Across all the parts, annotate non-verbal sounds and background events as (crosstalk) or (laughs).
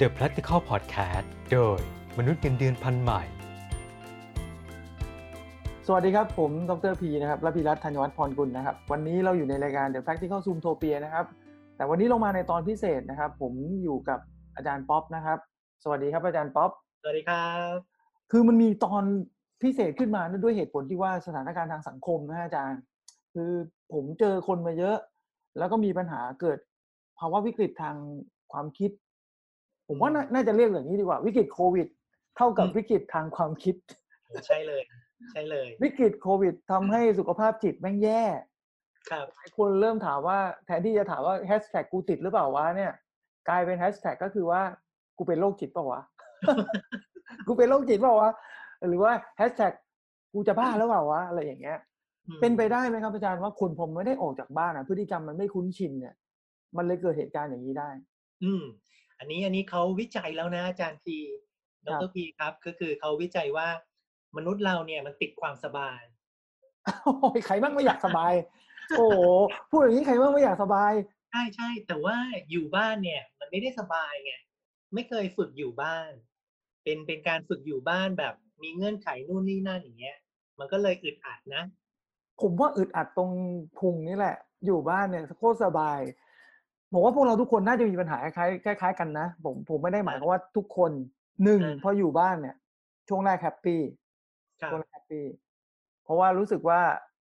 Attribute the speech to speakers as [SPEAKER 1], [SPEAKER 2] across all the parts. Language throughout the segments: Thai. [SPEAKER 1] The Practical Podcast โดยมนุษย์เงินเดือนพันใหม่
[SPEAKER 2] สวัสดีครับ ผมดรพีนะครับและพีรัตน์ธัญวัฒน์พรกุลนะครับ วันนี้เราอยู่ในรายการ The Practical Zoom Topia นะครับ แต่วันนี้ลงมาในตอนพิเศษนะครับ ผมอยู่กับอาจารย์ป๊อปนะครับ สวัสดีครับอาจารย์ป๊อป
[SPEAKER 3] สวัสดีครับ
[SPEAKER 2] คือมันมีตอนพิเศษขึ้นมาด้วยเหตุผลที่ว่าสถานการณ์ทางสังคมนะฮะอาจารย์ คือผมเจอคนมาเยอะ แล้วก็มีปัญหาเกิดภาวะวิกฤตทางความคิด ผมว่าน่าน่าจะเรียกอย่างนี้ดีกว่าวิกฤตโควิด เท่ากับวิกฤตทางความคิด
[SPEAKER 3] ใช่เลยใช่เลย
[SPEAKER 2] วิกฤตโควิดทำให้สุขภาพจิตแม่งแย่
[SPEAKER 3] ครับ
[SPEAKER 2] หลายคนเริ่มถามว่าแทนที่จะถามว่าแฮชแท็กกูติดหรือเปล่าวะเนี่ย กลายเป็นแฮชแท็กก็คือว่ากูเป็นโรคจิตเปล่าวะ (laughs) กูเป็นโรคจิตเปล่าวะหรือว่าแฮชแท็กกูจะบ้าแล้วเปล่าวะอะไรอย่างเงี้ย
[SPEAKER 3] อืม
[SPEAKER 2] เป็นไปได้ไหมครับอาจารย์ว่าคนผมไม่ได้ออกจากบ้านอ่ะพฤติกรรมมันไม่คุ้นชินเนี่ย มันเลยเกิดเหตุการณ์อย่างนี้ได้ (laughs)
[SPEAKER 3] อืม อันนี้อันนี้เขาวิจัยแล้วนะอาจารย์พีด
[SPEAKER 2] ครับ
[SPEAKER 3] รพีครับ ก็คือเขาวิจัยว่ามนุษย์เราเนี่ยมันติดความสบาย
[SPEAKER 2] โอ้ยใครบ้างไม่อยากสบาย โอ้โหพูดอย่างนี้ใครบ้างไม่อยากสบาย
[SPEAKER 3] ใช่ใช่แต่ว่าอยู่บ้านเนี่ย มันไม่ได้สบายไงไม่เคยฝึกอยู่บ้าน เป็นเป็นการฝึกอยู่บ้านแบบ มีเงื่อนไขนู่นนี่นั่นอย่างเงี้ย มันก็เลยอึดอัดนะ
[SPEAKER 2] ผมว่าอึดอัดตรงพุงนี่แหละ อยู่บ้านเนี่ยโคตรสบายผมว่าพวกเราทุกคนน่าจะมีปัญหาคล้ายๆคล้ายๆกันนะผมผมไม่ได้หมายความว่าทุกคนหนึ่ง
[SPEAKER 3] อ่า
[SPEAKER 2] พออยู่บ้านเนี่ย ช่วงแรกแฮปปี้
[SPEAKER 3] ครับ
[SPEAKER 2] ช่วงแรกแฮปปี้เพราะว่ารู้สึกว่า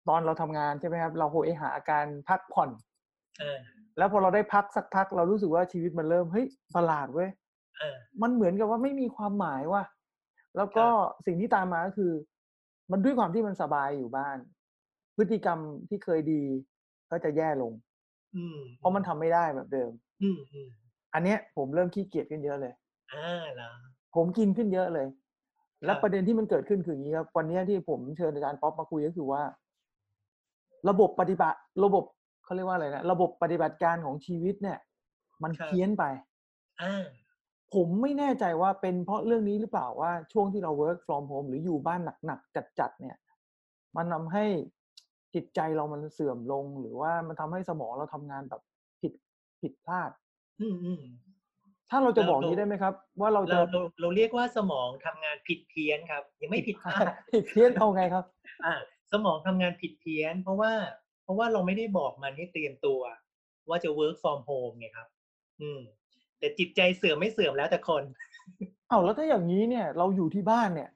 [SPEAKER 2] ตอนเราทำงานใช่ไหมครับ เราโหยหาการพักผ่อน
[SPEAKER 3] เออ
[SPEAKER 2] แล้วพอเราได้พักสักพัก เรารู้สึกว่าชีวิตมันเริ่มเฮ้ยประหลาดเว้ย
[SPEAKER 3] เออ
[SPEAKER 2] มันเหมือนกับว่าไม่มีความหมายว่ะ แล้วก็สิ่งที่ตามมาก็คือ มันด้วยความที่มันสบายอยู่บ้าน พฤติกรรมที่เคยดีก็จะแย่ลง
[SPEAKER 3] อืม
[SPEAKER 2] เพราะมันทำไม่ได้แบบเดิม
[SPEAKER 3] อืมอืม
[SPEAKER 2] อันเนี้ยผมเริ่มขี้เกียจขึ้นเยอะเลย
[SPEAKER 3] อ่าเหรอ
[SPEAKER 2] ผมกินขึ้นเยอะเลย และ
[SPEAKER 3] ครับ
[SPEAKER 2] ประเด็นที่มันเกิดขึ้นคืออย่างนี้ครับ วันเนี้ยที่ผมเชิญอาจารย์ป๊อปมาคุยก็คือว่า ระบบปฏิบัติ ระบบเขาเรียกว่าอะไรนะ ระบบปฏิบัติการของชีวิตเนี่ย มันเพี้ยนไป
[SPEAKER 3] อ่า
[SPEAKER 2] ผมไม่แน่ใจว่าเป็นเพราะเรื่องนี้หรือเปล่าว่าช่วงที่เรา work from home หรืออยู่บ้านหนักๆจัดๆเนี่ย มันทำให้จิตใจเรามันเสื่อมลง หรือว่ามันทำให้สมองเราทำงานแบบผิดผิดพลาด
[SPEAKER 3] อืมอืม
[SPEAKER 2] ถ้าเราจะ
[SPEAKER 3] เรา
[SPEAKER 2] บอกนี้
[SPEAKER 3] เรา
[SPEAKER 2] ได้ไหมครับ ว่าเราจะ
[SPEAKER 3] เราเราเราเรียกว่าสมองทำงานผิดเพี้ยนครับ ยังไม่ผิดพลาด
[SPEAKER 2] (laughs) ผิดเพี้ยนเอาไงครับ
[SPEAKER 3] อ่าสมองทำงานผิดเพี้ยน เพราะว่า เพราะว่าเราไม่ได้บอกมันให้เตรียมตัว ว่าจะ work from home ไงครับ อืม แต่จิตใจเสื่อมไม่เสื่อมแล้วแต่คน
[SPEAKER 2] เอาแล้วถ้าอย่างนี้เนี่ยเราอยู่ที่บ้านเนี่ย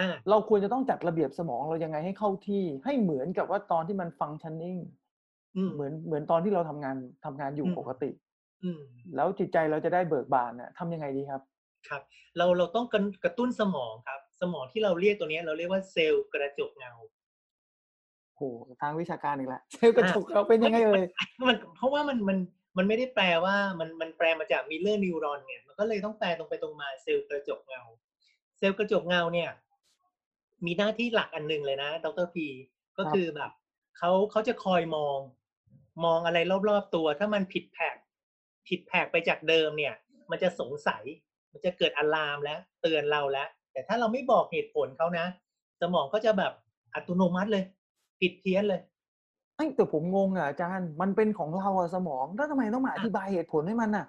[SPEAKER 3] อ่า
[SPEAKER 2] เราควรจะต้องจัดระเบียบสมองเรายังไงให้เข้าที่ให้เหมือนกับว่าตอนที่มันฟังชันนิ่ง
[SPEAKER 3] อืม
[SPEAKER 2] เหมือนเหมือนตอนที่เราทำงานทำงานอยู่
[SPEAKER 3] อืม
[SPEAKER 2] ปกติ
[SPEAKER 3] อืม
[SPEAKER 2] แล้วจิตใจเราจะได้เบิกบานนะทำยังไงดีครับ
[SPEAKER 3] เราเราต้องกระกระตุ้นสมองครับ สมองที่เราเรียกตัวเนี้ย เราเรียกว่าเซลล์กระจกเงา
[SPEAKER 2] โหทางวิชาการอีกแล้วเซลล์กระจกเราเป็นยังไง (laughs) เลย
[SPEAKER 3] มันเพราะว่ามันมันมันไม่ได้แปลว่ามันมันแปลมาจากมิลเลอร์นิวรอนเนี่ยมันก็เลยต้องแปลตรงไปตรงมาเซลล์กระจกเงา เซลล์กระจกเงาเนี่ย มีหน้าที่หลักอันหนึงเลยนะดรพีก็คือแบบเขาเขาจะคอยมอง มองอะไรรอบๆตัว ถ้ามันผิดแผกผิดแผกไปจากเดิมเนี่ย มันจะสงสัย มันจะเกิดอะลามแล้ว เตือนเราแล้ว แต่ถ้าเราไม่บอกเหตุผลเขานะ สมองก็จะแบบอัตโนมัติเลย ผิดเพี้ยนเลย
[SPEAKER 2] ไอ้ยแต่ผมงงอ่ะอาจารย์ มันเป็นของเราอะสมองแล้วทำไมต้องมาอธิบายเหตุผลให้มันอ่ะ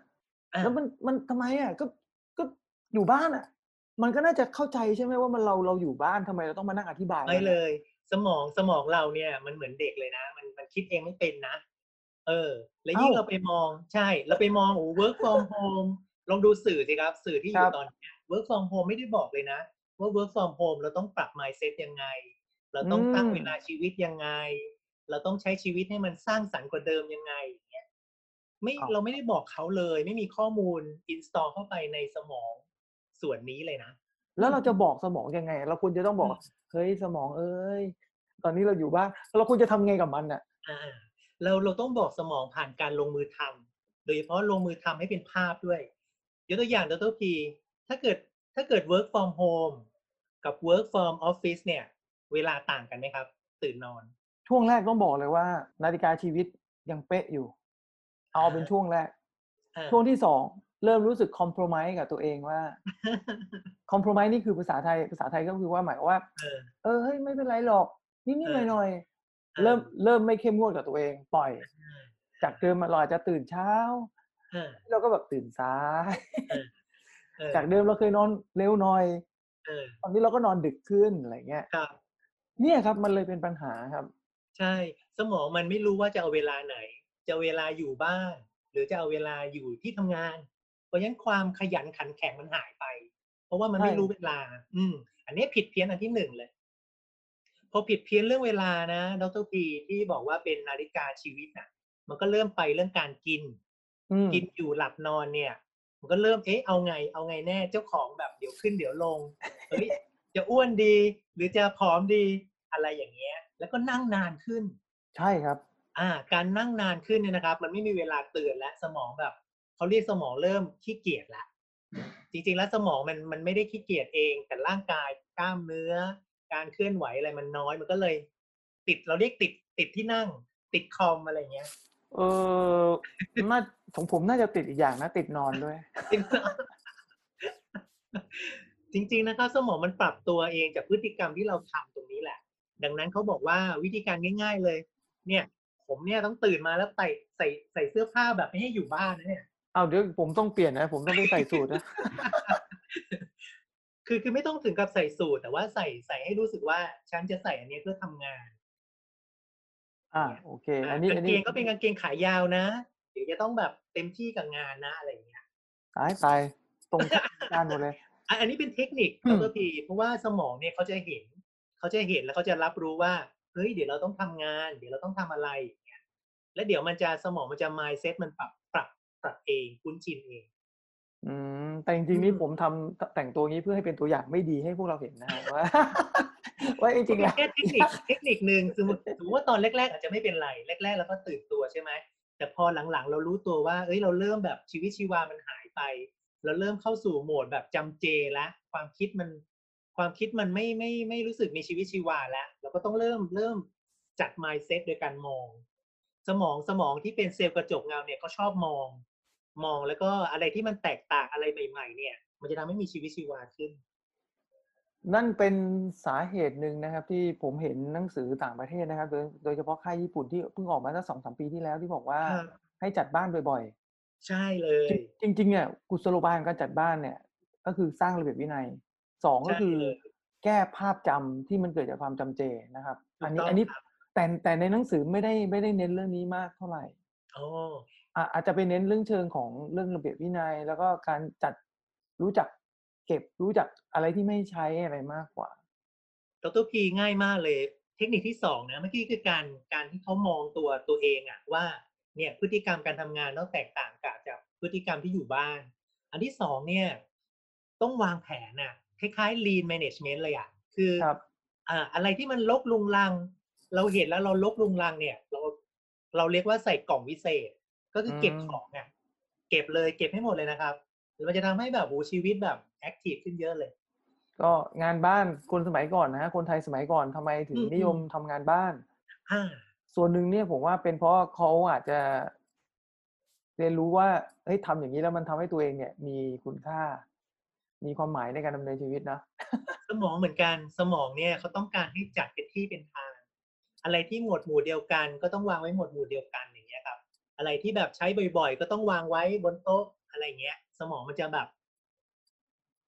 [SPEAKER 3] อ่ะ
[SPEAKER 2] แล้วมันมันทำไมอ่ะก็ก็อยู่บ้านอ่ะ มันก็น่าจะเข้าใจใช่ไหมว่ามันเราเราอยู่บ้านทำไมเราต้องมานั่งอธิบาย
[SPEAKER 3] ไม่
[SPEAKER 2] มันอะ
[SPEAKER 3] เลย สมองสมองเราเนี่ยมันเหมือนเด็กเลยนะ มันมันคิดเองไม่เป็นนะ เออ แล้วยิ่งเราไปมองใช่เราไปมองโอ้ work from home ลองดูสื่อสิครับ สื่อที่อยู่ตอนเนี้ย work from home ไม่ได้บอกเลยนะ ว่า work from home เราต้องปรับ mindset ยังไง เราต้องตั้งเวลาชีวิตยังไง เราต้องใช้ชีวิตให้มันสร้างสรรค์กว่าเดิมยังไงอย่างเงี้ยไม่เราไม่ได้บอกเขาเลย ไม่มีข้อมูล install เข้าไปในสมองส่วนนี้เลยนะ
[SPEAKER 2] แล้วเราจะบอกสมองยังไง เราควรจะต้องบอก
[SPEAKER 3] อืม
[SPEAKER 2] เฮ้ยสมองเอ้ยตอนนี้เราอยู่บ้านแล้วเราควรจะทำไงกับมันอ่ะ
[SPEAKER 3] อ่าเราเราต้องบอกสมองผ่านการลงมือทำโดยเฉพาะลงมือทำให้เป็นภาพด้วยยกตัวอย่างดรพีถ้าเกิดถ้าเกิด work from home กับ work from office เนี่ย เวลาต่างกันไหมครับ ตื่นนอน
[SPEAKER 2] ช่วงแรกต้องบอกเลยว่า นาฬิกาชีวิตยังเป๊ะอยู่ เอาเป็น
[SPEAKER 3] อ่า
[SPEAKER 2] ช่วงแรก
[SPEAKER 3] อ่า
[SPEAKER 2] ช่วงที่สองเริ่มรู้สึกคอมเพลมไ s ์กับตัวเองว่า คอมโพรไมส์นี่คือภาษาไทยภาษาไทยก็คือว่าหมายความว่า
[SPEAKER 3] (laughs) เออ
[SPEAKER 2] เออเฮ้ยไม่เป็นไรหรอกนิดนิดห
[SPEAKER 3] เอ
[SPEAKER 2] น่อ
[SPEAKER 3] อย
[SPEAKER 2] หน่อยๆเริ่มเริ่มไม่เข้มงวดกับตัวเองปล่อย
[SPEAKER 3] อ่า
[SPEAKER 2] จากเดิมเราอาจจะตื่นเช้า
[SPEAKER 3] อ่า
[SPEAKER 2] เราก็แบบตื่นสาย
[SPEAKER 3] เออ เออ
[SPEAKER 2] จากเดิมเราเคยนอนเร็วหน่อย
[SPEAKER 3] เออ
[SPEAKER 2] ตอนนี้เราก็นอนดึกขึ้นอะไรเงี้ย
[SPEAKER 3] ครับ
[SPEAKER 2] เนี่ยครับมันเลยเป็นปัญหาครับ
[SPEAKER 3] ใช่ สมองมันไม่รู้ว่าจะเอาเวลาไหน จะเอาเวลาอยู่บ้าน หรือจะเอาเวลาอยู่ที่ทำงาน เพราะฉะนั้นความขยันขันแข็งมันหายไป เพราะว่ามันไม่
[SPEAKER 2] ใช่
[SPEAKER 3] รู้เวลา อืม อันนี้ผิดเพี้ยนอันที่หนึ่งเลย พอผิดเพี้ยนเรื่องเวลานะดรพีที่บอกว่าเป็นนาฬิกาชีวิตน่ะ มันก็เริ่มไปเรื่องการกิน
[SPEAKER 2] อืม
[SPEAKER 3] กินอยู่หลับนอนเนี่ย มันก็เริ่มเอ๊ะเอาไง เอาไงแน่เจ้าของแบบเดี๋ยวขึ้นเดี๋ยวลงเฮ้ย จะอ้วนดี หรือจะผอมดีอะไรอย่างเงี้ย แล้วก็นั่งนานขึ้น
[SPEAKER 2] ใช่ครับ
[SPEAKER 3] อ่า การนั่งนานขึ้นเนี่ยนะครับ มันไม่มีเวลาตื่นและสมองแบบเขาเรียกสมองเริ่มขี้เกียจละจริงๆแล้วสมองมันมันไม่ได้ขี้เกียจเอง แต่ร่างกายกล้ามเนื้อ การเคลื่อนไหวอะไรมันน้อยมันก็เลย ติดเราเรียกติดติดที่นั่ง ติดคอมอะไรเงี้ย (laughs)
[SPEAKER 2] เออน่าของผมน่าจะติดอีกอย่างนะติดนอนด้วย
[SPEAKER 3] จริงๆนะครับสมองมันปรับตัวเองจากพฤติกรรมที่เราทำตรงนี้แหละ ดังนั้นเขาบอกว่าวิธีการง่าย ๆเลย เนี่ย ผมเนี่ยต้องตื่นมาแล้วใส่ใส่ใส่เสื้อผ้าแบบไม่ให้อยู่บ้านนะเนี่ย
[SPEAKER 2] เอาเดี๋ยวผมต้องเปลี่ยนนะ ผมต้องไปใส่สูตรนะ
[SPEAKER 3] คือคือไม่ต้องถึงกับใส่สูทแต่ว่าใส่ใส่ให้รู้สึกว่าฉันจะใส่อันนี้เพื่อทำงาน
[SPEAKER 2] อ่าโอเค อั
[SPEAKER 3] อ่ะ
[SPEAKER 2] นนี้
[SPEAKER 3] กา
[SPEAKER 2] อัน
[SPEAKER 3] งเก
[SPEAKER 2] นี้
[SPEAKER 3] งก็เป็นกางเกงขายาวนะ เดี๋ยวจะต้องแบบเต็มที่กับงานนะอะไรอย่างเงี้ย
[SPEAKER 2] ตายตายตรง (laughs) กันหมดเลย
[SPEAKER 3] อ่ะอันนี้เป็นเทคนิค
[SPEAKER 2] อื
[SPEAKER 3] ด
[SPEAKER 2] ม
[SPEAKER 3] รพีเพราะว่าสมองเนี่ยเขาจะเห็นเขาจะเห็นแล้วเขาจะรับรู้ว่าเฮ้ยเดี๋ยวเราต้องทำงาน เดี๋ยวเราต้องทำอะไรอย่างเงี้ยแล้วเดี๋ยวมันจะสมองมันจะ mindset มันปรับปรับปรับเองคุ้นชินเอง
[SPEAKER 2] อืมแต่จริงๆนี่
[SPEAKER 3] อืม
[SPEAKER 2] ผมทำแต่งตัวงี้เพื่อให้เป็นตัวอย่างไม่ดีให้พวกเราเห็นนะฮะว่า (laughs) ว่าจริงๆแล้ว
[SPEAKER 3] แค่เทคนิคเทคนิคหนึ่งสมมติสมมติว่าตอนแรก ๆ อาจจะไม่เป็นไรแรก ๆ เราก็ตื่นตัวใช่ไหมแต่พอหลังๆ เรารู้ตัวว่า เอ้ยเราเริ่มแบบชีวิตชีวามันหายไป เราเริ่มเข้าสู่โหมดแบบจำเจละความคิดมัน ความคิดมันไม่ไม่ไม่รู้สึกมีชีวิตชีวาแล้วเราก็ต้องเริ่มเริ่มจัด mindset โดยการมอง สมองสมองที่เป็นเซลล์กระจกเงาเนี่ยก็ชอบมอง มองแล้วก็อะไรที่มันแตกต่างอะไรใหม่ ๆ เนี่ย มันจะทำให้มีชีวิตชีวาขึ้น
[SPEAKER 2] นั่นเป็นสาเหตุหนึ่งนะครับ ที่ผมเห็นหนังสือต่างประเทศนะครับ โดยโดยเฉพาะค่ายญี่ปุ่นที่เพิ่งออกมาสักสองสามปีที่แล้วที่บอกว่า
[SPEAKER 3] ครับ
[SPEAKER 2] ให้จัดบ้านบ่อย
[SPEAKER 3] ใช่เลย
[SPEAKER 2] ๆ จริงๆเนี่ยกุศโลบายของการจัดบ้านเนี่ย ก็คือสร้างระเบียบวินัยสองก็
[SPEAKER 3] ใช่
[SPEAKER 2] คือ
[SPEAKER 3] เลย
[SPEAKER 2] แก้ภาพจำที่มันเกิดจากความจำเจนะครับ อัน
[SPEAKER 3] ถูก
[SPEAKER 2] นี้
[SPEAKER 3] ต้อง
[SPEAKER 2] อันนี้
[SPEAKER 3] ครับ
[SPEAKER 2] แต่แต่ในหนังสือไม่ได้ไม่ได้เน้นเรื่องนี้มากเท่าไหร่
[SPEAKER 3] โอ้
[SPEAKER 2] อ่ะอาจจะไปเน้นเรื่องเชิงของเรื่องระเบียบวินัย แล้วก็การจัดรู้จักเก็บรู้จักอะไรที่ไม่ใช้อะไรมากกว่า
[SPEAKER 3] ดรพีง่ายมากเลยเทคนิคที่สองนะเมื่อกี้คือการการที่เขามองตัวตัวเองอะว่าเนี่ยพฤติกรรมการทำงานต้องแตกต่างกับจากพฤติกรรมที่อยู่บ้าน อันที่สองเนี่ยต้องวางแผนอะคล้ายๆ lean management เลยอะคือ
[SPEAKER 2] ครับ
[SPEAKER 3] อ่าอะไรที่มันลกลุงลัง เราเห็นแล้วเราลกลุงลังเนี่ย เราเราเรียกว่าใส่กล่องวิเศษ ก็คือเก็บ
[SPEAKER 2] อืม
[SPEAKER 3] ของอะเก็บเลยเก็บให้หมดเลยนะครับแล้วมันจะทำให้แบบโอ้ชีวิตแบบแอคทีฟขึ้นเยอะเลย
[SPEAKER 2] ก็งานบ้านคนสมัยก่อนนะฮะคนไทยสมัยก่อนทำไมถึง
[SPEAKER 3] อืม
[SPEAKER 2] นิยม
[SPEAKER 3] อืม
[SPEAKER 2] ทำงานบ้าน
[SPEAKER 3] อ่า
[SPEAKER 2] ส่วนหนึ่งเนี่ยผมว่าเป็นเพราะเขาอาจจะ เรียนรู้ว่าเฮ้ยทำอย่างนี้แล้วมันทำให้ตัวเองเนี่ย มีคุณค่า มีความหมายในการดำเนินชีวิตนะ
[SPEAKER 3] สมองเหมือนกันสมองเนี่ยเขาต้องการให้จัดเป็นที่เป็นทาง อะไรที่หมวดหมู่เดียวกัน ก็ต้องวางไว้หมวดหมู่เดียวกันอย่างเงี้ยครับ อะไรที่แบบใช้บ่อยๆ ก็ต้องวางไว้บนโต๊ะอะไรเงี้ย สมองมันจะแบบ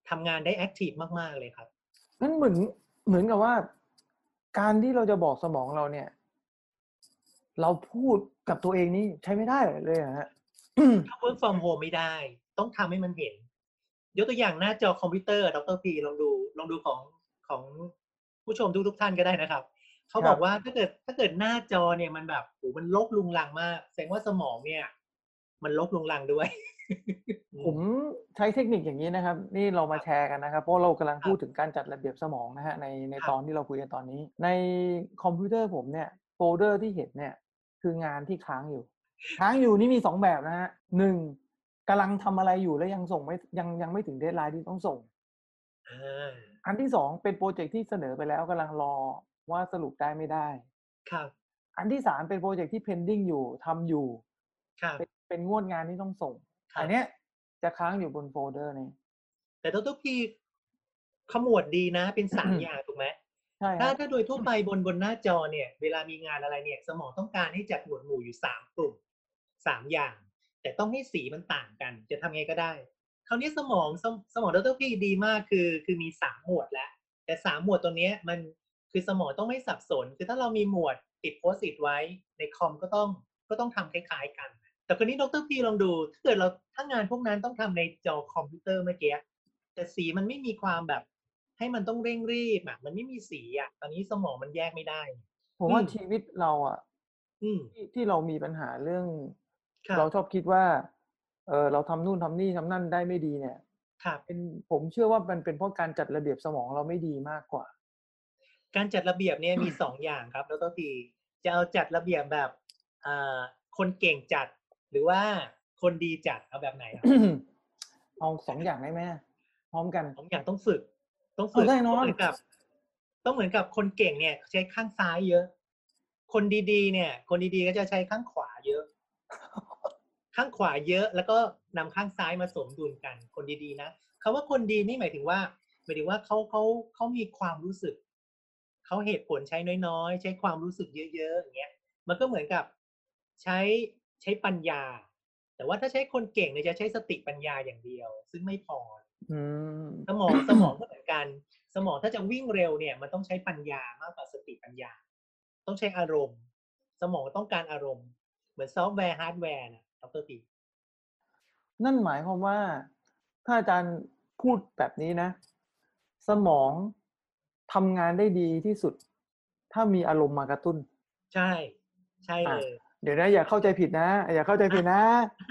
[SPEAKER 3] ทำงานได้แอคทีฟมากๆเลยครับ
[SPEAKER 2] นั่นเหมือนเหมือนกับว่า การที่เราจะบอกสมองเราเนี่ย เราพูดกับตัวเองนี่ใช้ไม่ได้เลยเหรอฮะ
[SPEAKER 3] ถ้า work from home ไม่ได้ ต้องทำให้มันเห็น ยกตัวอย่างหน้าจอคอมพิวเตอร์ดรพีลองดูลองดูของของผู้ชมทุกทุกๆท่านก็ได้นะครับ เขา
[SPEAKER 2] ครับ บ
[SPEAKER 3] อกว่าถ้าเกิดถ้าเกิดหน้าจอเนี่ยมันแบบโหมันลกลุงลังมาก แสดงว่าสมองเนี่ย มันลกลุงลังด้วย (laughs)
[SPEAKER 2] ผมใช้เทคนิคอย่างนี้นะครับ นี่เรามาแชร์กันนะครับ เพราะเรากำลังพูดถึงการจัดระเบียบสมองนะฮะในใน
[SPEAKER 3] ครับ
[SPEAKER 2] ตอนที่เราคุยกันตอนนี้ ในคอมพิวเตอร์ผมเนี่ยโฟลเดอร์ที่เห็นเนี่ย คืองานที่ค้างอยู่ ค้างอยู่นี่มีสองแบบนะฮะหนึ่งกำลังทำอะไรอยู่แล้วยังส่งไม่ยังยังไม่ถึงเดทไลน์ที่ต้องส่ง
[SPEAKER 3] อ่า
[SPEAKER 2] อันที่สองเป็นโปรเจกต์ที่เสนอไปแล้วกำลังรอว่าสรุปได้ไม่ได้
[SPEAKER 3] ครับ
[SPEAKER 2] อันที่สามเป็นโปรเจกต์ที่ pending อยู่ทำอยู่
[SPEAKER 3] ครับ
[SPEAKER 2] เป็นเป็นงวดงานที่ต้องส่ง
[SPEAKER 3] ครับ
[SPEAKER 2] อันเนี้ยจะค้างอยู่บนโฟลเดอร์นี้
[SPEAKER 3] แต่ดรพีขมวดดีนะเป็นสาม
[SPEAKER 2] อืม
[SPEAKER 3] อย่างถูกไหม
[SPEAKER 2] ใช่ค
[SPEAKER 3] ถ้า
[SPEAKER 2] รับ
[SPEAKER 3] ถ้าโดยทั่วไปบนบนหน้าจอเนี่ย เวลามีงานอะไรเนี่ย สมองต้องการให้จัดหมวดหมู่อยู่สามกลุ่มสามอย่าง แต่ต้องให้สีมันต่างกัน จะทำไงก็ได้ คราวนี้สมองสมสมองดรพี่ดีมากคือ คือมีสามหมวดแล้ว แต่สามหมวดตัวเนี้ยมันคือสมองต้องไม่สับสน คือถ้าเรามีหมวดติดโพสต์อิไว้ในคอมก็ต้องก็ต้องทำคล้ายๆกัน แต่คราวนี้ดรพีลองดูถ้าเกิดเราถ้างานพวกนั้นต้องทำในจอคอมพิวเตอร์เมื่อกี้แต่สีมันไม่มีความแบบ ให้มันต้องเร่งรีบอ่ะมันไม่มีสีอ่ะตอนนี้สมองมันแยกไม่ได้
[SPEAKER 2] ผมว่า
[SPEAKER 3] อืม
[SPEAKER 2] ชีวิตเราอ่ะ
[SPEAKER 3] อืม
[SPEAKER 2] ที่ที่เรามีปัญหาเรื่อง
[SPEAKER 3] ครับ
[SPEAKER 2] เราชอบคิดว่า เออเราทำนู่นทำนี่ทำนั่นได้ไม่ดีเนี่ย
[SPEAKER 3] ครับ
[SPEAKER 2] เป็นผมเชื่อว่ามันเป็นเพราะการจัดระเบียบสมองเราไม่ดีมากกว่า (coughs)
[SPEAKER 3] การจัดระเบียบเนี่ยมี สองอย่างครับแล้วก็ทีจะเอาจัดระเบียบแบบอ่าคนเก่งจัด หรือว่าคนดีจัดเอาแบบไหนครับ
[SPEAKER 2] เอาสองอย่างได้ไหมพร้อมกัน
[SPEAKER 3] สองอย่างต้องฝึก ต้องฝึก
[SPEAKER 2] เอาแน่นอน
[SPEAKER 3] ต้องเหมือนกับ ต้องเหมือนกับคนเก่งเนี่ยใช้ข้างซ้ายเยอะ คนดีๆ เนี่ย คนดีๆก็จะใช้ข้างขวาเยอะ
[SPEAKER 2] (laughs)
[SPEAKER 3] ข้างขวาเยอะแล้วก็นำข้างซ้ายมาสมดุลกัน คนดีๆนะคาว่าคนดีนี่หมายถึงว่าหมายถึงว่าเขาเขาเขามีความรู้สึกเขาเหตุผลใช้น้อยๆ ใช้ความรู้สึกเยอะๆอย่างเงี้ยมันก็เหมือนกับใช้ใช้ปัญญา แต่ว่าถ้าใช้คนเก่งเนี่ยจะใช้สติปัญญาอย่างเดียว ซึ่งไม่พอ
[SPEAKER 2] อืม
[SPEAKER 3] สมอง สมองก็เหมือนกัน สมองถ้าจะวิ่งเร็วเนี่ย มันต้องใช้ปัญญามากกว่าสติปัญญา ต้องใช้อารมณ์ สมองต้องการอารมณ์ เหมือนซอฟต์แวร์ฮาร์ดแวร์นะดรปี
[SPEAKER 2] นั่นหมายความว่า ถ้าอาจารย์พูดแบบนี้นะ สมองทำงานได้ดีที่สุด ถ้ามีอารมณ์มากระตุ้น
[SPEAKER 3] ใช่ ใช่เลย
[SPEAKER 2] เดี๋ยวนะอย่าเข้าใจผิดนะ อย่าเข้าใจผิดนะ
[SPEAKER 3] ใ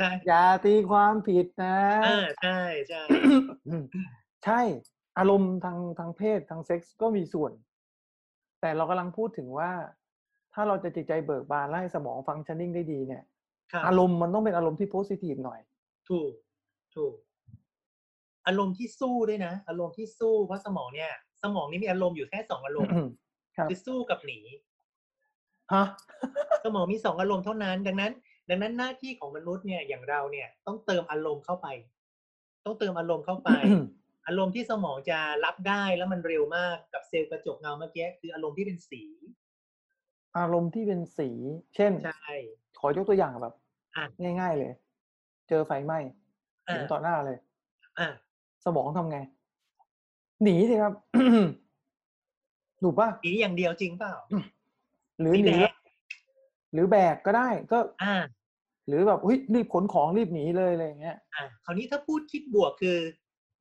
[SPEAKER 3] ช่
[SPEAKER 2] อย่าตีความผิดนะ
[SPEAKER 3] อ่าใช่ใช่
[SPEAKER 2] อืม (coughs) ใช่ อารมณ์ทางทางเพศทางเซ็กส์ก็มีส่วน แต่เรากำลังพูดถึงว่า ถ้าเราจะจิตใจเบิกบานและให้สมองฟังชันนิ่งได้ดีเนี่ย
[SPEAKER 3] ครับ
[SPEAKER 2] อารมณ์มันต้องเป็นอารมณ์ที่โพสิทีฟหน่อย
[SPEAKER 3] ถูก ถูก อารมณ์ที่สู้ด้วยนะ อารมณ์ที่สู้ เพราะสมองเนี่ย สมองนี่มีอารมณ์อยู่แค่สองอารมณ์
[SPEAKER 2] ครับ
[SPEAKER 3] คือสู้กับหนี
[SPEAKER 2] (coughs) ฮะ
[SPEAKER 3] สมองมีสองอารมณ์เท่านั้น ดังนั้น ดังนั้นหน้าที่ของมนุษย์เนี่ยอย่างเราเนี่ยต้องเติมอารมณ์เข้าไป ต้องเติมอารมณ์เข้า
[SPEAKER 2] (coughs)
[SPEAKER 3] ไป อารมณ์ที่สมองจะรับได้แล้วมันเร็วมากกับเซลล์กระจกเงาเมื่อกี้คืออารมณ์ที่เป็นสี
[SPEAKER 2] อารมณ์ที่เป็นสี เช่น
[SPEAKER 3] ใช่
[SPEAKER 2] ขอยกตัวอย่างแบบ
[SPEAKER 3] อ่ะ
[SPEAKER 2] ง่าย ๆ เลย เจอไฟไหม้
[SPEAKER 3] อ่ะ
[SPEAKER 2] เห็นต่อหน้าเลย
[SPEAKER 3] อ่ะ
[SPEAKER 2] สมองทำไง หนีสิครับ (coughs) ถูกปะ
[SPEAKER 3] สีอย่างเดียวจริงเปล่า
[SPEAKER 2] หรือ
[SPEAKER 3] สี
[SPEAKER 2] ห
[SPEAKER 3] แด
[SPEAKER 2] นี
[SPEAKER 3] ง
[SPEAKER 2] หรือแบกก็ได้ก็
[SPEAKER 3] อ่ะ
[SPEAKER 2] หรือแบบเฮ้ยรีบขนของรีบหนีเลยอะไรอย่างเงี้ย
[SPEAKER 3] อ่ะคราวนี้ถ้าพูดคิดบวกคือ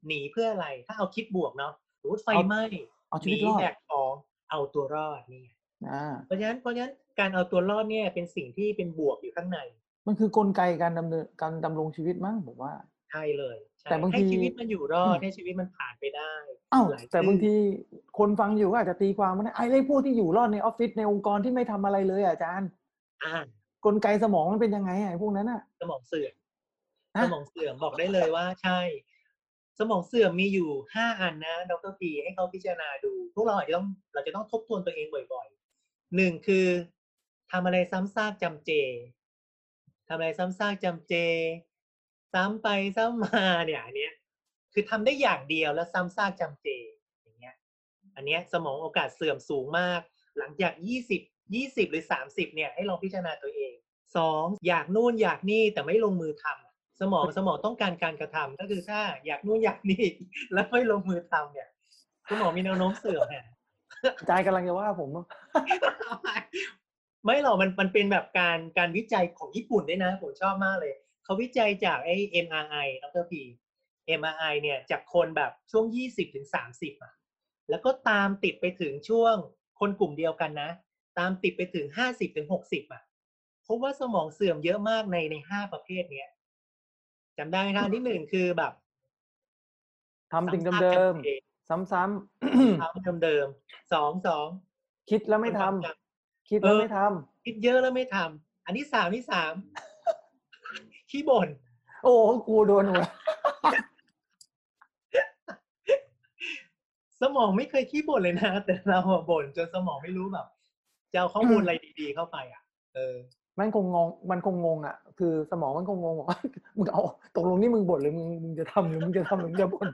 [SPEAKER 3] หนีเพื่ออะไร ถ้าเอาคิดบวกเนาะสมมติไฟ
[SPEAKER 2] เอา
[SPEAKER 3] ไหม้
[SPEAKER 2] เอาชี
[SPEAKER 3] ห
[SPEAKER 2] วิ
[SPEAKER 3] นี
[SPEAKER 2] ตรอด
[SPEAKER 3] แบกของเอาตัวรอดนี่ไง
[SPEAKER 2] อ่า
[SPEAKER 3] เพราะฉะนั้นเพราะฉะนั้นการเอาตัวรอดเนี่ยเป็นสิ่งที่เป็นบวกอยู่ข้างใน
[SPEAKER 2] มันคือกลไกการดำเนินการดำรงชีวิตมั้งผมว่า
[SPEAKER 3] ใช่เลยใช่
[SPEAKER 2] แต่บาง
[SPEAKER 3] ให้
[SPEAKER 2] ที
[SPEAKER 3] ชีวิตมันอยู่รอ
[SPEAKER 2] อื
[SPEAKER 3] ด
[SPEAKER 2] ม
[SPEAKER 3] ให้ชีวิตมันผ่านไปได้
[SPEAKER 2] อ้าว
[SPEAKER 3] หลาย
[SPEAKER 2] แต่
[SPEAKER 3] ชื่อ
[SPEAKER 2] บางทีคนฟังอยู่ก็อาจจะตีความว่าไอ้ไอ้พวกที่อยู่รอดในออฟฟิศในองค์กรที่ไม่ทำอะไรเลยอ่ะอาจารย์
[SPEAKER 3] อ่าก
[SPEAKER 2] ลไกสมองมันเป็นยังไงอ่ะไอ้พวกนั้นอ่ะ
[SPEAKER 3] สมองเสื่อม
[SPEAKER 2] ฮะ
[SPEAKER 3] สมองเสื่อมบอกได้เลยว่าใช่ สมองเสื่อมมีอยู่ห้าอันนะดรพีให้เขาพิจารณาดู พวกเราอาจจะต้องเราจะต้องทบทวนตัวเองบ่อยๆหนึ่งคือทำอะไรซ้ำซากจำเจทำอะไรซ้ำซากจำเจ ซ้ำไปซ้ำมาเนี่ยอันเนี้ย คือทำได้อย่างเดียวแล้วซ้ำซากจำเจอย่างเงี้ย อันเนี้ยสมองโอกาสเสื่อมสูงมาก หลังจากยี่สิบยี่สิบหรือสามสิบเนี่ยให้ลองพิจารณาตัวเองสองอยากนู่นอยากนี่แต่ไม่ลงมือทำอะสมองสมองต้องการการกระทำก็คือถ้าอยากนู่นอยากนี่ (laughs) แล้วไม่ลงมือทำเนี่ย สมองมีแนวโน้มเสื่อมเนี่ย
[SPEAKER 2] อาจารย์กำลังจะว่าผมว่า
[SPEAKER 3] ไม่หรอกมันมันเป็นแบบการการวิจัยของญี่ปุ่นด้วยนะ ผมชอบมากเลย เขาวิจัยจากไอ้ MRI ดรพี MRI เนี่ยจากคนแบบช่วง 20ถึง30อ่ะแล้วก็ตามติดไปถึงช่วงคนกลุ่มเดียวกันนะ ตามติดไปถึง 50ถึง60อ่ะเพราะว่าสมองเสื่อมเยอะมากในในห้าประเภทเนี้ยจำได้ไหมคะอันที่หนึ่งคือแบบ
[SPEAKER 2] ทำสิ่งเดิมๆซ้ำ
[SPEAKER 3] ทำเดิมๆสองสอง
[SPEAKER 2] ๆ คิดแล้วไม่
[SPEAKER 3] คน
[SPEAKER 2] ทำ
[SPEAKER 3] จำ
[SPEAKER 2] คิดแล้ว
[SPEAKER 3] เออ
[SPEAKER 2] ไม่ทำ
[SPEAKER 3] คิดเยอะแล้วไม่ทำ อันที่สามที่สาม ขี้บ่น
[SPEAKER 2] โอ้โหกูโดนหัว (laughs)
[SPEAKER 3] สมองไม่เคยขี้บ่นเลยนะ (laughs) แต่เราอะบ่นจนสมองไม่รู้แบบจะเอาข้อมูลอะไรดีๆเข้าไปอ่ะ เออ
[SPEAKER 2] มันคงงงมันคงงงอ่ะ คือสมองมันคงงงบอกว่า (laughs) มึงเอาตกลงนี่มึงบ่นหรือมึงมึงจะทำหรือมึงจะทำหรือมึงจะบ่น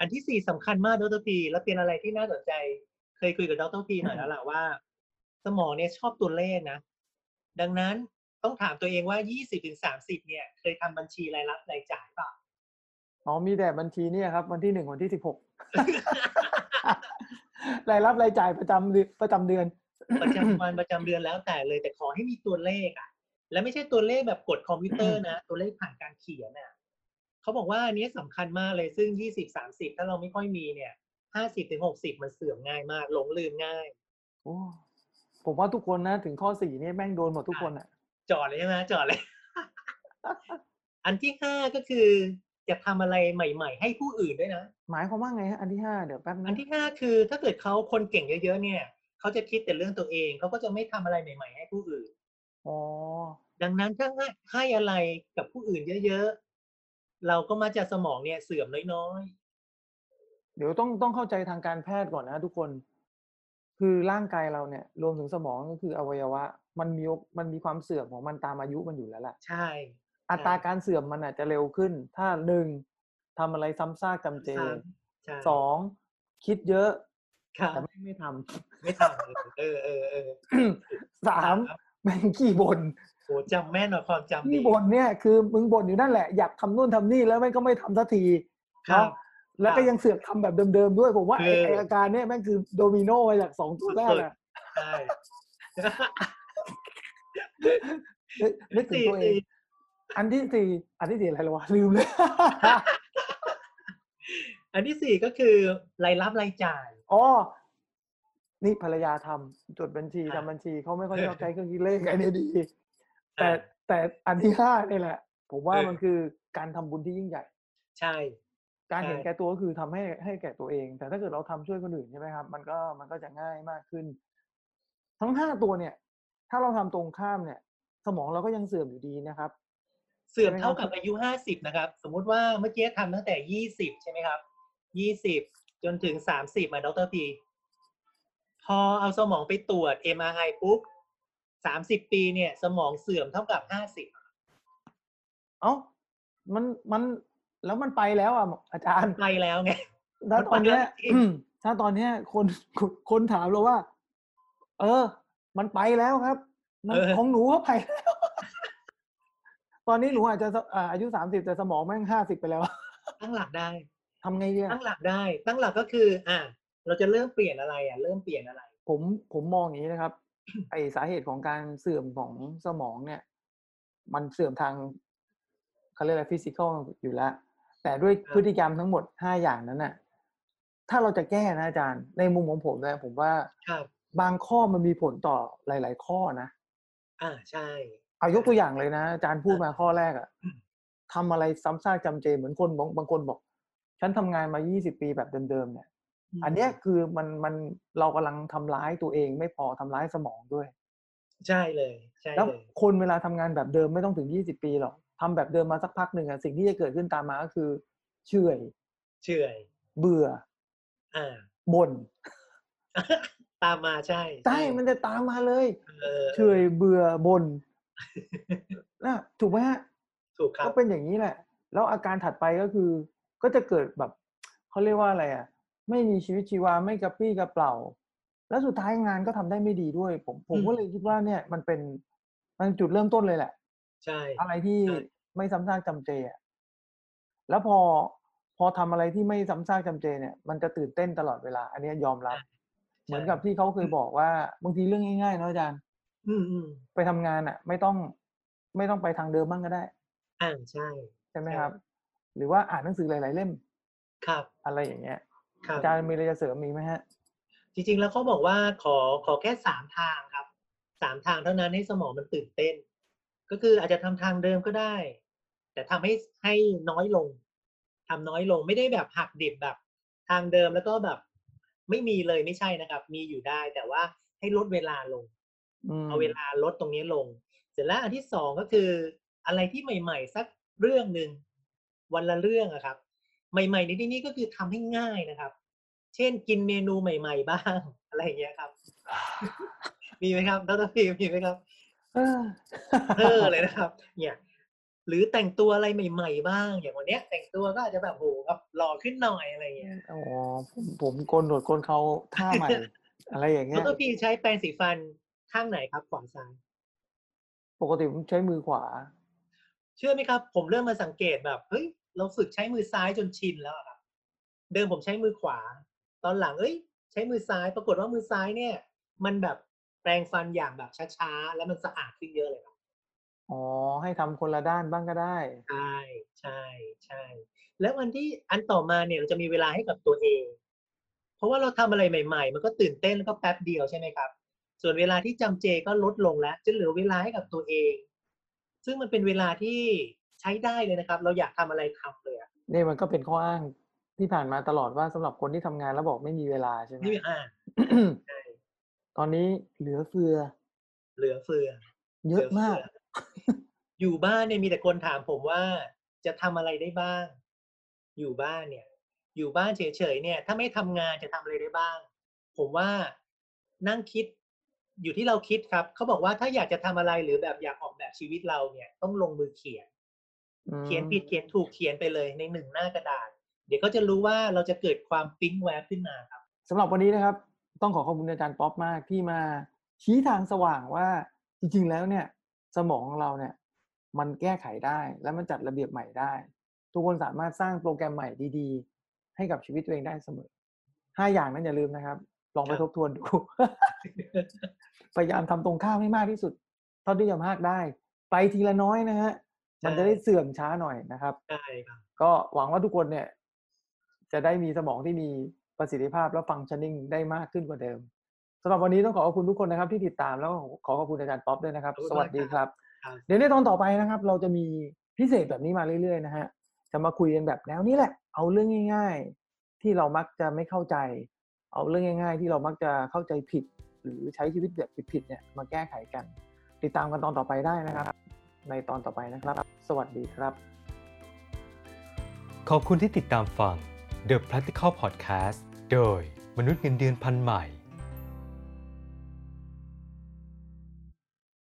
[SPEAKER 3] อันที่สี่สำคัญมากดรพีแล้วเป็นอะไรที่น่าสนใจ เคยคุยกับดรพีหน่อยแล้วล่ะว่า สมองเนี่ยชอบตัวเลขนะ ดังนั้น ต้องถามตัวเองว่า 20-30ถึง30เนี่ย เคยทำบัญชีรายรับรายจ่ายเปล่า
[SPEAKER 2] อ๋อมีแต่บัญชีเนี่ยครับ วันที่หนึ่งวันที่สิบหก (laughs) รายรับรายจ่ายประจำเดือนประจำเดือน
[SPEAKER 3] ประจำ (coughs) วันประจำเดือนแล้วแต่เลยแต่ขอให้มีตัวเลขอ่ะ และไม่ใช่ตัวเลขแบบกดคอมพิวเตอร์นะ ตัวเลขผ่านการเขียนอ่ะเขาบอกว่าอันนี้สำคัญมากเลยซึ่งยี่สิบสามสิบถ้าเราไม่ค่อยมีเนี่ยห้าสิบถึงหกสิบมันเสื่อมง่ายมากหลงลืมง่าย
[SPEAKER 2] โอ้ผมว่าทุกคนนะ ถึงข้อสี่นี่แม่งโดนหมดทุกคนอ่ะ
[SPEAKER 3] จอดเลยใช่ไหมจอดเลย (laughs) อันที่ห้าก็คือ จะทำอะไรใหม่ ๆ ให้ผู้อื่นด้วยนะ
[SPEAKER 2] หมายความว่าไงฮะอันที่ห้าเดี๋ยวแป๊บนึ
[SPEAKER 3] อัน
[SPEAKER 2] ง
[SPEAKER 3] ที่ห้าคือถ้าเกิดเขาคนเก่งเยอะๆเนี่ยเขาจะคิดแต่เรื่องตัวเองเขาก็จะไม่ทำอะไรใหม่ ๆ ให้ผู้อื่น
[SPEAKER 2] อ๋อ
[SPEAKER 3] ดังนั้นถ้าให้ให้อะไรกับผู้อื่นเยอะๆ เราก็มักจะสมองเนี่ยเสื่อมน้อย
[SPEAKER 2] เดี๋ยวต้องต้องเข้าใจทางการแพทย์ก่อนนะทุกคน คือร่างกายเราเนี่ย รวมถึงสมองก็คืออวัยวะ มันมีโอกมันมีความเสื่อมของมันตามอายุมันอยู่แล้วแหละ
[SPEAKER 3] ๆ ใช่
[SPEAKER 2] อัตราการเสื่อมมันอาจจะเร็วขึ้น ถ้าหนึ่งทำอะไรซ้ำซากจำเจ
[SPEAKER 3] ใช่ใช่
[SPEAKER 2] สองคิดเยอะ (laughs)
[SPEAKER 3] ครับ
[SPEAKER 2] แต่ไม่ไม่ท
[SPEAKER 3] ไม่ทำเออเออเออ
[SPEAKER 2] ำ สามแม่งขี้บ่น
[SPEAKER 3] โหจำแม่นหน่อยความจำดี
[SPEAKER 2] ขี้บ่นเนี่ยคือมึงบ่นอยู่นั่นแหละอยากทำนู่นทำนี่แล้วแม่งก็ไม่ทำสักที
[SPEAKER 3] ครับ
[SPEAKER 2] เนาะแล้วก็ยังเสือกทำแบบเดิมๆด้วยผมว่าไอ้
[SPEAKER 3] เออ
[SPEAKER 2] ไอ้อาการเนี่ยแม่งคือโดมิโนมาจากสองตัวแรกอะ
[SPEAKER 3] ใช่ (laughs)
[SPEAKER 2] นึกนึกถึง
[SPEAKER 3] สี่
[SPEAKER 2] ตัวเอ
[SPEAKER 3] สี่
[SPEAKER 2] งอันที่สี่อันที่สี่อะไรละวะลืมเลย
[SPEAKER 3] (laughs) อันที่สี่ก็คือรายรับรายจ่าย
[SPEAKER 2] อ๋อ นี่ภรรยาทำจดบัญชี
[SPEAKER 3] อ่ะ
[SPEAKER 2] ทำบัญชีเขาไม่ค่อย
[SPEAKER 3] เออ
[SPEAKER 2] ชอบใช้เครื่องคิดเลขไอ้นี่ดี
[SPEAKER 3] อ่ะ
[SPEAKER 2] แต่แต่อันที่ห้านี่แหละ ผมว่า
[SPEAKER 3] เออ
[SPEAKER 2] มันคือการทำบุญที่ยิ่งใหญ่
[SPEAKER 3] ใช่
[SPEAKER 2] การ
[SPEAKER 3] ใช่
[SPEAKER 2] เห็นแก่ตัวก็คือทำให้ให้แก่ตัวเอง แต่ถ้าเกิดเราทำช่วยคนอื่นใช่ไหมครับ มันก็มันก็จะง่ายมากขึ้น ทั้งห้าตัวเนี่ย ถ้าเราทำตรงข้ามเนี่ย สมองเราก็ยังเสื่อมอยู่ดีนะครับ
[SPEAKER 3] เสื่อมเท่ากับอายุห้าสิบนะครับ สมมุติว่าเมื่อกี้ทำตั้งแต่ยี่สิบใช่ไหมครับยี่สิบจนถึงสามสิบมาดรพีพอเอาสมองไปตรวจ MRI ปุ๊บสามสิบปีเนี่ย สมองเสื่อมเท่ากับห้าสิบ
[SPEAKER 2] เอ้ามันมันแล้วมันไปแล้วอ่ะอาจารย์
[SPEAKER 3] ไปแล้ว
[SPEAKER 2] (laughs)
[SPEAKER 3] ไง
[SPEAKER 2] ถ้าตอนเนี้ย
[SPEAKER 3] มันไปแล้วจริง
[SPEAKER 2] อืมถ้าตอนเนี้ยคน (laughs) คนคนถามเราว่า เออ มันไปแล้วครับ มันของหนูก็ไปแล้ว (laughs) ตอนนี้หนูอาจจะสอ่าอายุสามสิบแต่สมองแม่งห้าสิบไปแล้ว
[SPEAKER 3] ตั้งหลักได้
[SPEAKER 2] ทำไงเนี่ย
[SPEAKER 3] ตั้งหลักได้ ตั้งหลักก็คือ อ่ะเราจะเริ่มเปลี่ยนอะไรอ่ะ เริ่มเปลี่ยนอะไร
[SPEAKER 2] ผมผมมองอย่างนี้นะครับ ไอสาเหตุของการเสื่อมของสมองเนี่ย มันเสื่อมทางเขาเรียกอะไรฟิสิกอลอยู่แล้ว แต่ด้วย
[SPEAKER 3] ครับ
[SPEAKER 2] พฤติกรรมทั้งหมดห้าอย่างนั้นน่ะ ถ้าเราจะแก้นะอาจารย์ ในมุมของผมนะผมว่า
[SPEAKER 3] ครับ
[SPEAKER 2] บางข้อมันมีผลต่อหลาย ๆ ข้อนะ
[SPEAKER 3] อ่าใช่
[SPEAKER 2] เอายกตัวอย่างเลยนะอาจารย์พูดมาข้อแรกอะทำอะไรซ้ำซากจำเจเหมือนคนบางบางคนบอก ฉันทำงานมา 20 ปีแบบเดิม ๆ เนี่ย
[SPEAKER 3] ม
[SPEAKER 2] อันเนี้ยคือมันมันเรากำลังทำร้ายตัวเองไม่พอทำร้ายสมองด้วย
[SPEAKER 3] ใช่เลยใช่
[SPEAKER 2] แล้ว
[SPEAKER 3] เลย
[SPEAKER 2] คนเวลาทำงานแบบเดิมไม่ต้องถึง 20 ปีหรอกทำแบบเดิมมาสักพักหนึ่งอะสิ่งที่จะเกิดขึ้นตามมาก็คือเฉื่อย
[SPEAKER 3] เชื่อย
[SPEAKER 2] เบื่อ
[SPEAKER 3] อ่า
[SPEAKER 2] บ่น
[SPEAKER 3] ตามมาใช่
[SPEAKER 2] ใช่มันจะตามมาเลย
[SPEAKER 3] เออ
[SPEAKER 2] เฉื่อยเบื่อ
[SPEAKER 3] (laughs)
[SPEAKER 2] บ่นนะถูกไหมฮะ
[SPEAKER 3] ถูกครั
[SPEAKER 2] ก็
[SPEAKER 3] บ
[SPEAKER 2] เป็นอย่างนี้แหละ แล้วอาการถัดไปก็คือ ก็จะเกิดแบบ เขาเรียกว่าอะไรอ่ะ ไม่มีชีวิตชีวาไม่กระปรี้กระเปร่า แล้วสุดท้ายงานก็ทำได้ไม่ดีด้วย ผมผม
[SPEAKER 3] อืม
[SPEAKER 2] ก็เลยคิดว่าเนี่ย มันเป็นมันจุดเริ่มต้นเลยแหละ
[SPEAKER 3] ใช่
[SPEAKER 2] อะไรที่
[SPEAKER 3] ใช่
[SPEAKER 2] ไม่ซ้ำซากจำเจอ่ะแล้วพอพอทำอะไรที่ไม่ซ้ำซากจำเจเนี่ย มันจะตื่นเต้นตลอดเวลา อันเนี้ยยอมรับ เหมือนกับที่เขาเคยบอกว่าบางทีเรื่องง่ายๆเนาะอาจารย์
[SPEAKER 3] อืมอืม
[SPEAKER 2] ไปทำงานอ่ะ ไม่ต้องไม่ต้องไปทางเดิมบ้างก็ได้
[SPEAKER 3] อ่าใช่
[SPEAKER 2] ใช่ไหม
[SPEAKER 3] ใช่
[SPEAKER 2] ครับ หรือว่าอ่านหนังสือหลาย ๆ เล่ม
[SPEAKER 3] ครับ
[SPEAKER 2] อะไรอย่างเงี้ย
[SPEAKER 3] ครับ
[SPEAKER 2] อาจารย์มีอะไรจะเสริมมีกไหมฮะ
[SPEAKER 3] จริง ๆ แล้วเขาบอกว่าขอขอแค่สามทางครับสามทางเท่านั้นให้สมองมันตื่นเต้น ก็คืออาจจะทำทางเดิมก็ได้ แต่ทำให้ให้น้อยลงทำน้อยลงไม่ได้แบบหักดิบแบบ ทางเดิมแล้วก็แบบ ไม่มีเลยไม่ใช่นะครับ มีอยู่ได้แต่ว่าให้ลดเวลาลง
[SPEAKER 2] อืม
[SPEAKER 3] เอาเวลาลดตรงนี้ลง เสร็จแล้วอันที่สองก็คืออะไรที่ใหม่ ๆ สักเรื่องหนึ่งวันละเรื่องอะครับ ใหม่ๆในที่นี้ก็คือทำให้ง่ายนะครับ เช่นกินเมนูใหม่ ๆ บ้าง (laughs) อะไรอย่างเงี้ยครับ มีไหมครับดรพีมีไหมครับ
[SPEAKER 2] เออ
[SPEAKER 3] เออเลยนะครับ เนี่ย หรือแต่งตัวอะไรใหม่ ๆ บ้าง อย่างวันเนี้ย แต่งตัวก็อาจจะแบบโหแบบหล่อขึ้นหน่อยอะไรอย่างเงี้ย
[SPEAKER 2] อ๋อผมผมโกนหนวดโกนเขาท่าใหม่ อะไรอย่าง
[SPEAKER 3] ด
[SPEAKER 2] เงี้ย
[SPEAKER 3] รพีใช้แปรงสีฟันข้างไหนครับขวาซ้าย
[SPEAKER 2] ปกติผมใช้มือขวา
[SPEAKER 3] เชื่อไหมครับ ผมเริ่มมาสังเกตแบบเฮ้ยเราฝึกใช้มือซ้ายจนชินแล้วอะครับ เดิมผมใช้มือขวา ตอนหลังเอ้ย ใช้มือซ้ายปรากฏว่ามือซ้ายเนี่ย มันแบบแปรงฟันอย่างแบบช้าๆแล้วมันสะอาดขึ้นเยอะเลยครับ
[SPEAKER 2] อ๋อ ให้ทำคนละด้านบ้างก็ได้
[SPEAKER 3] ใช่ใช่ใช่ แล้ววันที่อันต่อมาเนี่ยเราจะมีเวลาให้กับตัวเอง เพราะว่าเราทำอะไรใหม่ ๆ มันก็ตื่นเต้นแล้วก็แป๊บเดียวใช่ไหมครับ ส่วนเวลาที่จำเจก็ลดลงแล้วจะเหลือเวลาให้กับตัวเอง ซึ่งมันเป็นเวลาที่ใช้ได้เลยนะครับ เราอยากทำอะไรทำเลยอะ
[SPEAKER 2] นี่มันก็เป็นข้ออ้างที่ผ่านมาตลอดว่าสำหรับคนที่ทำงานแล้วบอกไม่มีเวลาใช่ไหม
[SPEAKER 3] นี่อ่า ใช่
[SPEAKER 2] (coughs) ตอนนี้เหลือเฟือ
[SPEAKER 3] เหลือเฟือ
[SPEAKER 2] เยอะมาก (laughs)
[SPEAKER 3] เหลือเฟืออยู่บ้านเนี่ยมีแต่คนถามผมว่าจะทำอะไรได้บ้าง อยู่บ้านเนี่ย อยู่บ้านเฉยๆเนี่ย ถ้าไม่ทำงานจะทำอะไรได้บ้าง ผมว่านั่งคิด อยู่ที่เราคิดครับเขาบอกว่าถ้าอยากจะทำอะไรหรือแบบอยากออกแบบชีวิตเราเนี่ย ต้องลงมือเขียน
[SPEAKER 2] อืม
[SPEAKER 3] เขียนผิดเขียนถูกเขียนไปเลยในหนึ่งหน้ากระดาษ เดี๋ยวก็จะรู้ว่าเราจะเกิดความปิ๊งแวบขึ้นมาครับ
[SPEAKER 2] สำหรับวันนี้นะครับ ต้องขอขอบคุณอาจารย์ป๊อปมากที่มาชี้ทางสว่างว่าจริงๆแล้วเนี่ย สมองของเราเนี่ย มันแก้ไขได้และมันจัดระเบียบใหม่ได้ ทุกคนสามารถสร้างโปรแกรมใหม่ดีๆ ให้กับชีวิตตัวเองได้เสมอห้าอย่างนั้นอย่าลืมนะครับ ลองไป
[SPEAKER 3] ครั
[SPEAKER 2] ทบ
[SPEAKER 3] บ
[SPEAKER 2] ทวนดู (laughs) พยายามทำตรงข้ามให้มากที่สุด เท่าที่จะมากได้ ไปทีละน้อยนะฮะ มันจะได้เสื่อมช้าหน่อยนะครับ
[SPEAKER 3] ใช่ครับ
[SPEAKER 2] ก็หวังว่าทุกคนเนี่ย จะได้มีสมองที่มีประสิทธิภาพและฟังก์ชันนิ่งได้มากขึ้นกว่าเดิมสำหรับวันนี้ต้องขอขอบคุณทุกคนนะครับ ที่ติดตามแล้วก็ขอขอบคุณอาจารย์ป๊อปด้วยนะครับ
[SPEAKER 3] ขอบคุณ
[SPEAKER 2] สวัสดีครับ
[SPEAKER 3] ครับ
[SPEAKER 2] เดี๋ยวในตอนต่อไปนะครับ เราจะมีพิเศษแบบนี้มาเรื่อยๆนะฮะจะมาคุยกันแบบแนวนี้แหละ เอาเรื่องง่าย ๆ ที่เรามักจะไม่เข้าใจ เอาเรื่องง่าย ๆ ที่เรามักจะเข้าใจผิด หรือใช้ชีวิตแบบผิดๆเนี่ยมาแก้ไขกัน ติดตามกันตอนต่อไปได้นะครับ ในตอนต่อไปนะครับ สวัสดีครับ
[SPEAKER 1] ขอบคุณที่ติดตามฟัง The Practical Podcast โดยมนุษย์เงินเดือนพันใหม่